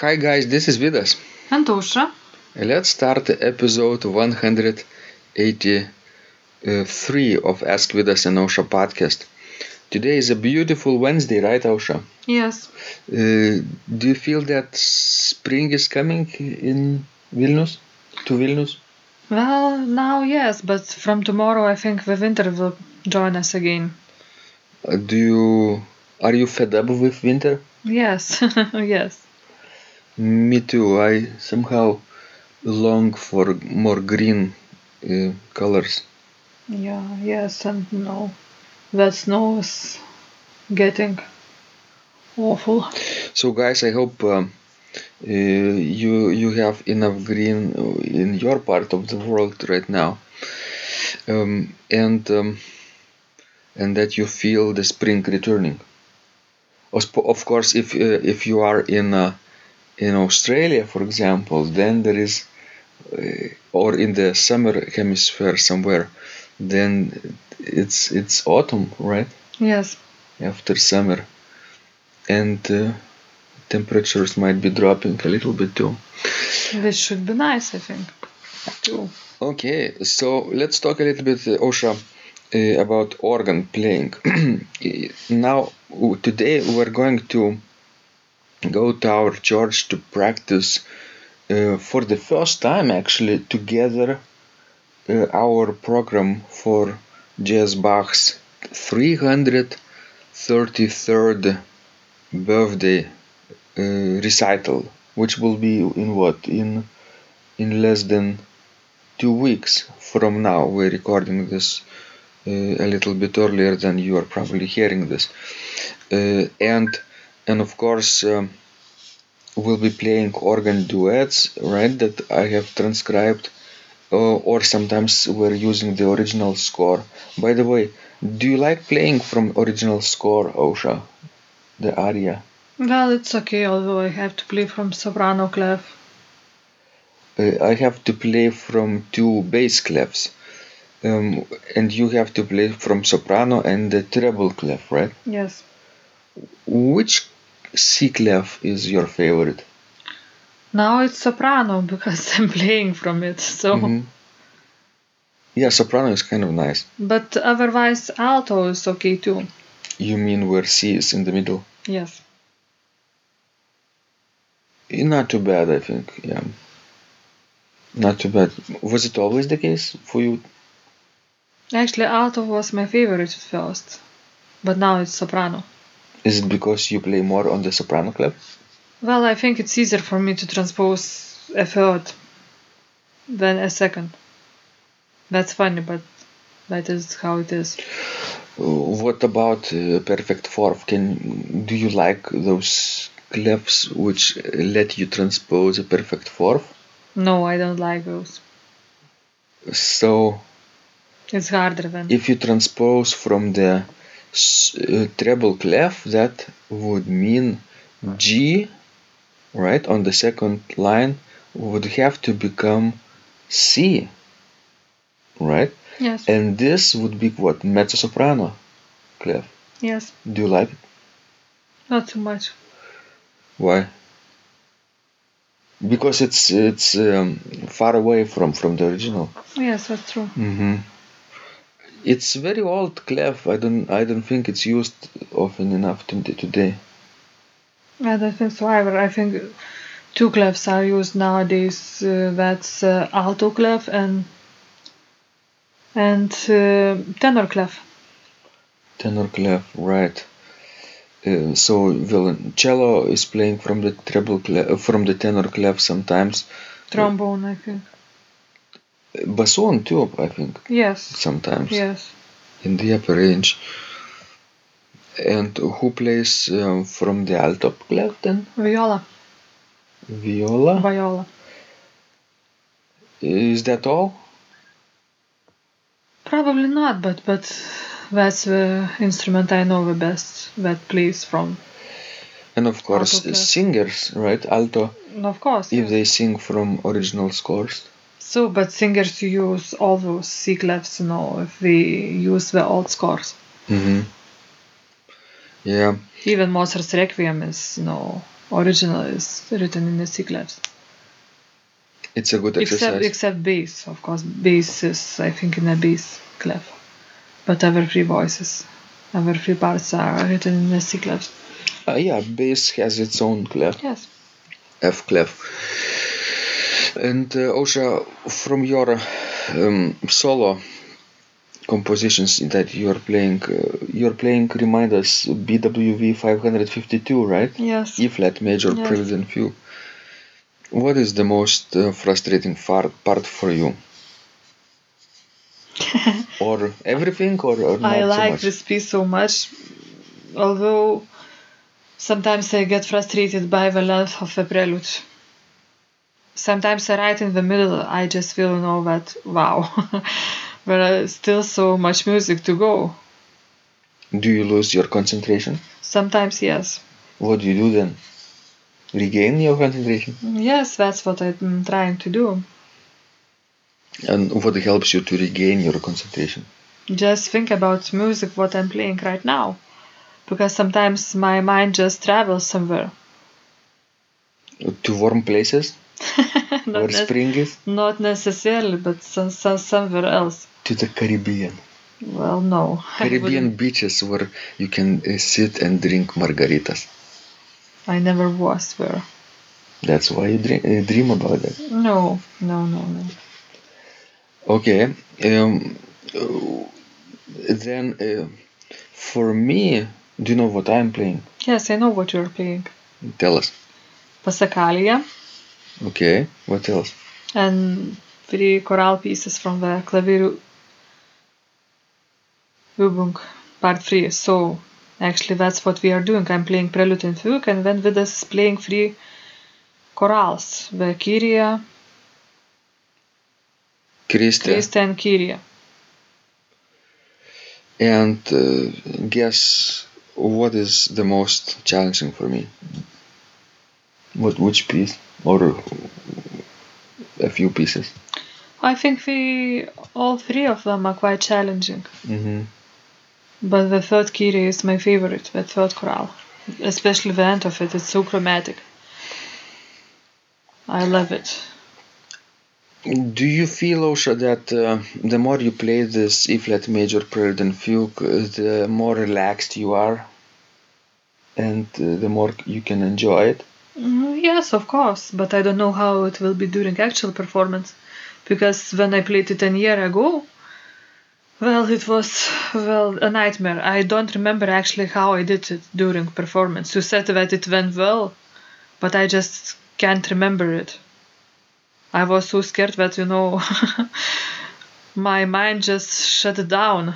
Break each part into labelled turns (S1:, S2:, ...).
S1: Hi guys, this is Vidas.
S2: Antosha.
S1: Let's start episode 183 of Ask Vidas and Osha podcast. Today is a beautiful Wednesday, right, Osha?
S2: Yes.
S1: Uh, do you feel that spring is coming in Vilnius? To Vilnius?
S2: Well, now yes, but from tomorrow I think the winter will join us again.
S1: Uh, do you are you fed up with winter?
S2: Yes, yes.
S1: Me too. I somehow long for more green uh, colors.
S2: Yeah, yes, and no. That snow is getting awful.
S1: So, guys, I hope um, uh, you you have enough green in your part of the world right now, um, and um, and that you feel the spring returning. Of sp- Of course, if uh, if you are in uh, in Australia, for example, then there is, uh, or in the summer hemisphere somewhere, then it's it's autumn, right?
S2: Yes,
S1: After summer, and uh, temperatures might be dropping a little bit too.
S2: this should be nice, I think. Too.
S1: Okay, so let's talk a little bit, uh, Osha, uh, about organ playing. now, w- today we're going to go to our church to practice uh, for the first time, actually, together uh, our program for Jazz Bach's 333rd birthday uh, recital, which will be in what? In, in less than two weeks from now. We're recording this uh, a little bit earlier than you are probably hearing this, uh, and and of course um, we'll be playing organ duets, right? That I have transcribed, uh, or sometimes we're using the original score. By the way, do you like playing from original score, Osha? The aria.
S2: Well, it's okay, although I have to play from soprano clef.
S1: Uh, I have to play from two bass clefs, um, and you have to play from soprano and the treble clef, right?
S2: Yes.
S1: Which C clef is your favorite?
S2: Now it's soprano because I'm playing from it, so.
S1: Mhm. Yeah, soprano is kind of nice.
S2: But otherwise, alto is okay too.
S1: You mean where C is in the middle?
S2: Yes.
S1: Eh, Not too bad, I think. Yeah, not too bad. Was it always the case for you?
S2: Actually, alto was my favorite at first, but now it's soprano.
S1: Is it because you play more on the soprano clef?
S2: Well, I think it's easier for me to transpose a third than a second. That's funny, but that is how it is.
S1: Uh, What about uh, perfect fourth? Can do you like those clefs which uh, let you transpose a perfect fourth?
S2: No, I don't like those.
S1: So
S2: It's harder than.
S1: if you transpose from the s- uh, treble clef, that would mean G, right, on the second line would have to become C, right?
S2: Yes.
S1: And this would be what? Mezzo soprano clef.
S2: Yes.
S1: Do you like it?
S2: Not too much.
S1: Why? Because it's it's um, far away from, from the original.
S2: Yes, that's true.
S1: Mm-hmm. It's very old clef. I don't I don't think it's used often enough to, today.
S2: I don't think so either. I think two clefs are used nowadays. Uh, that's uh, alto clef and and uh, tenor clef.
S1: Tenor clef, right? Uh, so violoncello is playing from the treble clef, from the tenor clef sometimes.
S2: Trombone, I think.
S1: Bassoon too, I think
S2: Yes.
S1: sometimes
S2: Yes.
S1: in the upper range. And who plays um, from the alto clef then?
S2: Viola.
S1: Viola.
S2: Viola.
S1: Is that all?
S2: Probably not, but but that's the instrument I know the best that plays from.
S1: And of course,
S2: Alto, yeah.
S1: singers, right? Alto,
S2: Of course.
S1: if they sing from original scores.
S2: So, but singers use all those C clefs, you know, if they use the old scores.
S1: Mm-hmm. Yeah,
S2: Even Mozart's Requiem is, you know, original is written in the C class.
S1: It's a good
S2: Except
S1: exercise.
S2: except bass, of course. Bass is I think in a bass clef. But our three voices, our three parts are written in the C clef.
S1: Uh, yeah, bass has its own clef,
S2: Yes.
S1: F clef. And uh, Osha, from your um, solo compositions that you're playing, uh, you're playing, remind us, BWV 552, right?
S2: Yes.
S1: E flat major
S2: Yes.
S1: prelude and fugue. What is the most uh, frustrating part, part for you? or everything or, or not
S2: I
S1: so
S2: like
S1: much?
S2: this piece so much, although sometimes I get frustrated by the length of the prelude. Sometimes I write in the middle, I just feel, you know, that wow, there is still so much music to go.
S1: Do you lose your concentration?
S2: Sometimes, yes.
S1: What do you do then? Regain your concentration?
S2: Yes, that's what I'm trying to do.
S1: And what helps you to regain your concentration?
S2: Just think about music, what I'm playing right now. Because sometimes my mind just travels somewhere.
S1: To warm places
S2: Not
S1: where
S2: nec-
S1: spring is?
S2: Not necessarily, but some, some, somewhere else.
S1: To the Caribbean.
S2: Well, no. I
S1: Caribbean
S2: wouldn't-
S1: beaches where you can uh, sit and drink margaritas.
S2: I never was there.
S1: That's why you dream, uh, dream about that.
S2: No, no, no, no.
S1: Okay. Um, uh, then uh, for me, do you know what I'm playing?
S2: Yes, I know what you're playing.
S1: Tell us.
S2: Pasakalia
S1: Okay. What else?
S2: and three choral pieces from the Klaviru Übung Part 3. So, actually, that's what we are doing. I'm playing Prelude and Fugue, and then Vidas is playing three chorals the Kyria,
S1: Christia.
S2: Christa, and Kyria.
S1: And uh, guess what is the most challenging for me? What which piece or a few pieces?
S2: I think we all three of them are quite challenging.
S1: Mm-hmm.
S2: But the third Kyrie is my favorite, the third chorale. Especially the end of it, it's so chromatic. I love it.
S1: Do you feel, Osha, that uh, the more you play this E flat major prelude and fugue, uh, the more relaxed you are, and uh, the more you can enjoy it?
S2: Mm, yes, of course, but I don't know how it will be during actual performance. Because when I played it a year ago, well, it was, well, a nightmare. I don't remember actually how I did it during performance. You said that it went well, but I just can't remember it. I was so scared that, you know, my mind just shut down.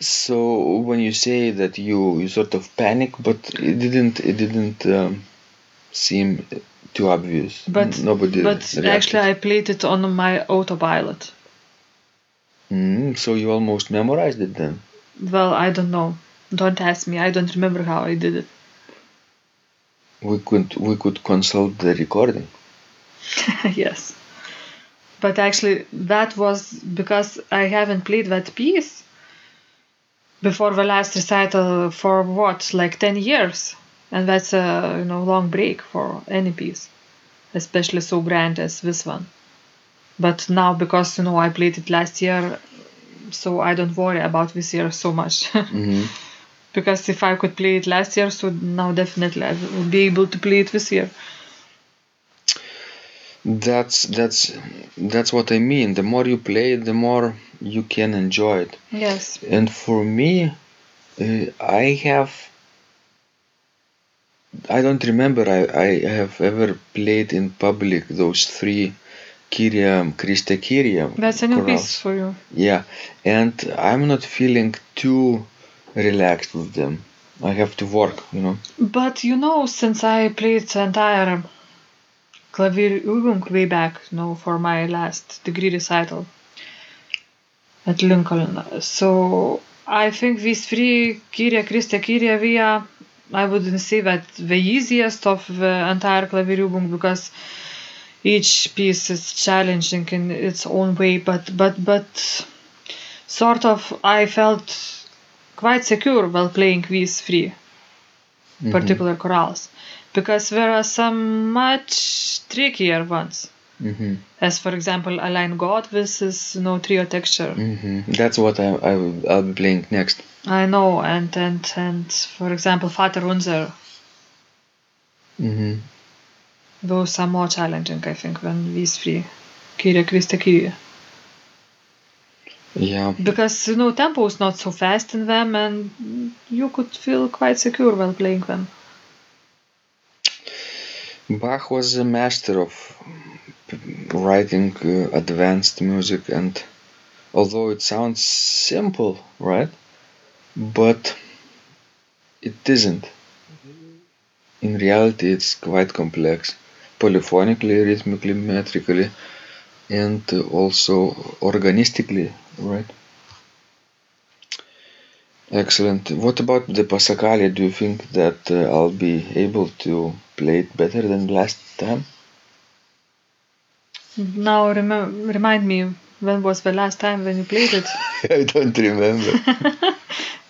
S1: So when you say that you, you sort of panic, but it didn't it didn't um, seem too obvious.
S2: But
S1: N- nobody.
S2: but
S1: reacted.
S2: actually, I played it on my autopilot.
S1: Mm, so you almost memorized it then.
S2: Well, I don't know. Don't ask me. I don't remember how I did it.
S1: We could we could consult the recording.
S2: yes. But actually, that was because I haven't played that piece before the last recital for what, like 10 years? And that's a you know long break for any piece, especially so grand as this one. But now, because you know I played it last year, so I don't worry about this year so much.
S1: hmm
S2: because if I could play it last year, so now definitely I will be able to play it this year.
S1: That's that's that's what I mean. The more you play, the more you can enjoy it.
S2: Yes.
S1: And for me, uh, I have. I don't remember I, I have ever played in public those three Kyriam, Christe Kyriam.
S2: That's a new piece
S1: chorales.
S2: for you.
S1: Yeah, and I'm not feeling too relaxed with them. I have to work, you know.
S2: But you know, since I played the entire Klavier Übung way back, you know, for my last degree recital at Lincoln, so I think these three, Kyria, Christa, Kyria, Via, I wouldn't say that the easiest of the entire Klavier Übung because each piece is challenging in its own way, but, but, but sort of I felt quite secure while playing these three
S1: Mhm.
S2: particular chorales. because there are some much trickier ones.
S1: hmm
S2: As for example, Align God versus no trio texture.
S1: hmm That's what I, I will, I'll be playing next.
S2: I know, and and and for example, Vater Unser.
S1: hmm
S2: Those are more challenging, I think, than these three. Kyrie, Christa, Kyrie.
S1: Yeah.
S2: Because you know, tempo is not so fast in them, and you could feel quite secure while playing them.
S1: Bach was a master of writing uh, advanced music, and although it sounds simple, right? But it isn't. In reality, it's quite complex, polyphonically, rhythmically, metrically, and uh, also organistically, right? Excellent. What about the Passacaglia? Do you think that uh, I'll be able to play it better than last time?
S2: Now rem- remind me, when was the last time when you played it?
S1: I don't remember.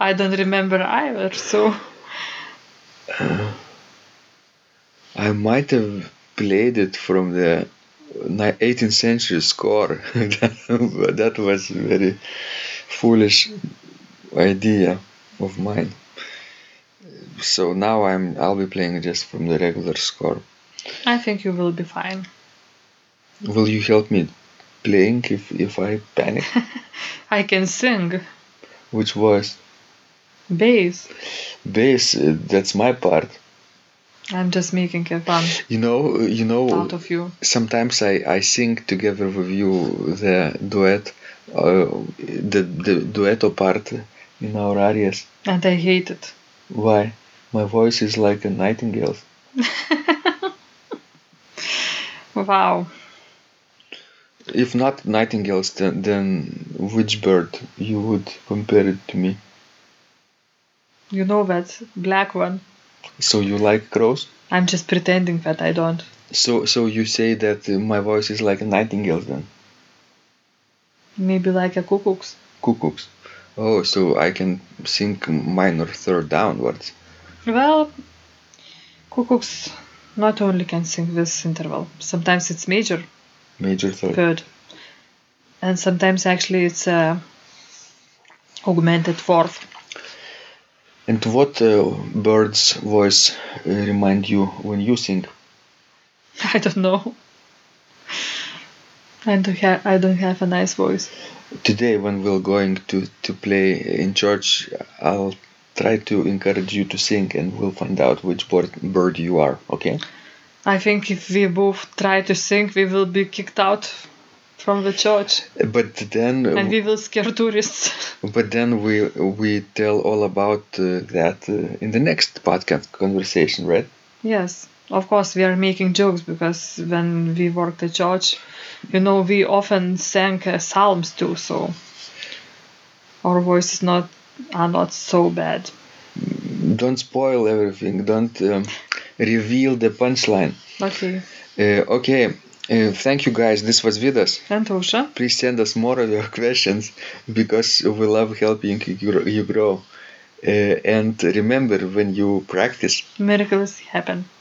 S2: I don't remember either. So
S1: I might have played it from the ni- 18th century score. that that was very foolish idea of mine. So now I'm I'll be playing just from the regular score.
S2: I think you will be fine.
S1: Will you help me playing if if I panic?
S2: I can sing
S1: Which was
S2: bass.
S1: bass. uh, That's my part.
S2: I'm just making a fun
S1: You know. You know.
S2: out of you.
S1: sometimes I, I sing together with you the duet, uh, the, the duetto part in our arias.
S2: And I hate it.
S1: Why? My voice is like a nightingale's.
S2: Wow.
S1: If not nightingales, then, then which bird you would compare it to me?
S2: You know that black one.
S1: So you like crows?
S2: I'm just pretending that I don't.
S1: So so you say that uh, my voice is like a nightingale then?
S2: Maybe like a cuckoo's.
S1: Cuckoos. Oh, so I can sing minor third downwards.
S2: Well, cuckoos not only can sing this interval, sometimes it's major
S1: Major third.
S2: third, and sometimes actually it's a augmented fourth.
S1: And what uh, bird's voice uh, remind you when you sing?
S2: I don't know. I don't have I don't have a nice voice.
S1: Today, when we're going to, to play in church, I'll try to encourage you to sing, and we'll find out which bird, bird you are. Okay?
S2: I think if we both try to sing, we will be kicked out from the church,
S1: But then,
S2: and we will scare tourists.
S1: but then we we tell all about uh, that uh, in the next podcast conversation, right?
S2: Yes, of course, we are making jokes because when we worked at church, you know, we often sang uh, psalms too, so our voices not are not so bad.
S1: Don't spoil everything. Don't um, reveal the punchline.
S2: Okay,
S1: Uh, okay. Uh, thank you, guys. This was Vidas.
S2: and Usha,
S1: please send us more of your questions because we love helping you gr- you grow. Uh, and remember, when you practice,
S2: miracles happen.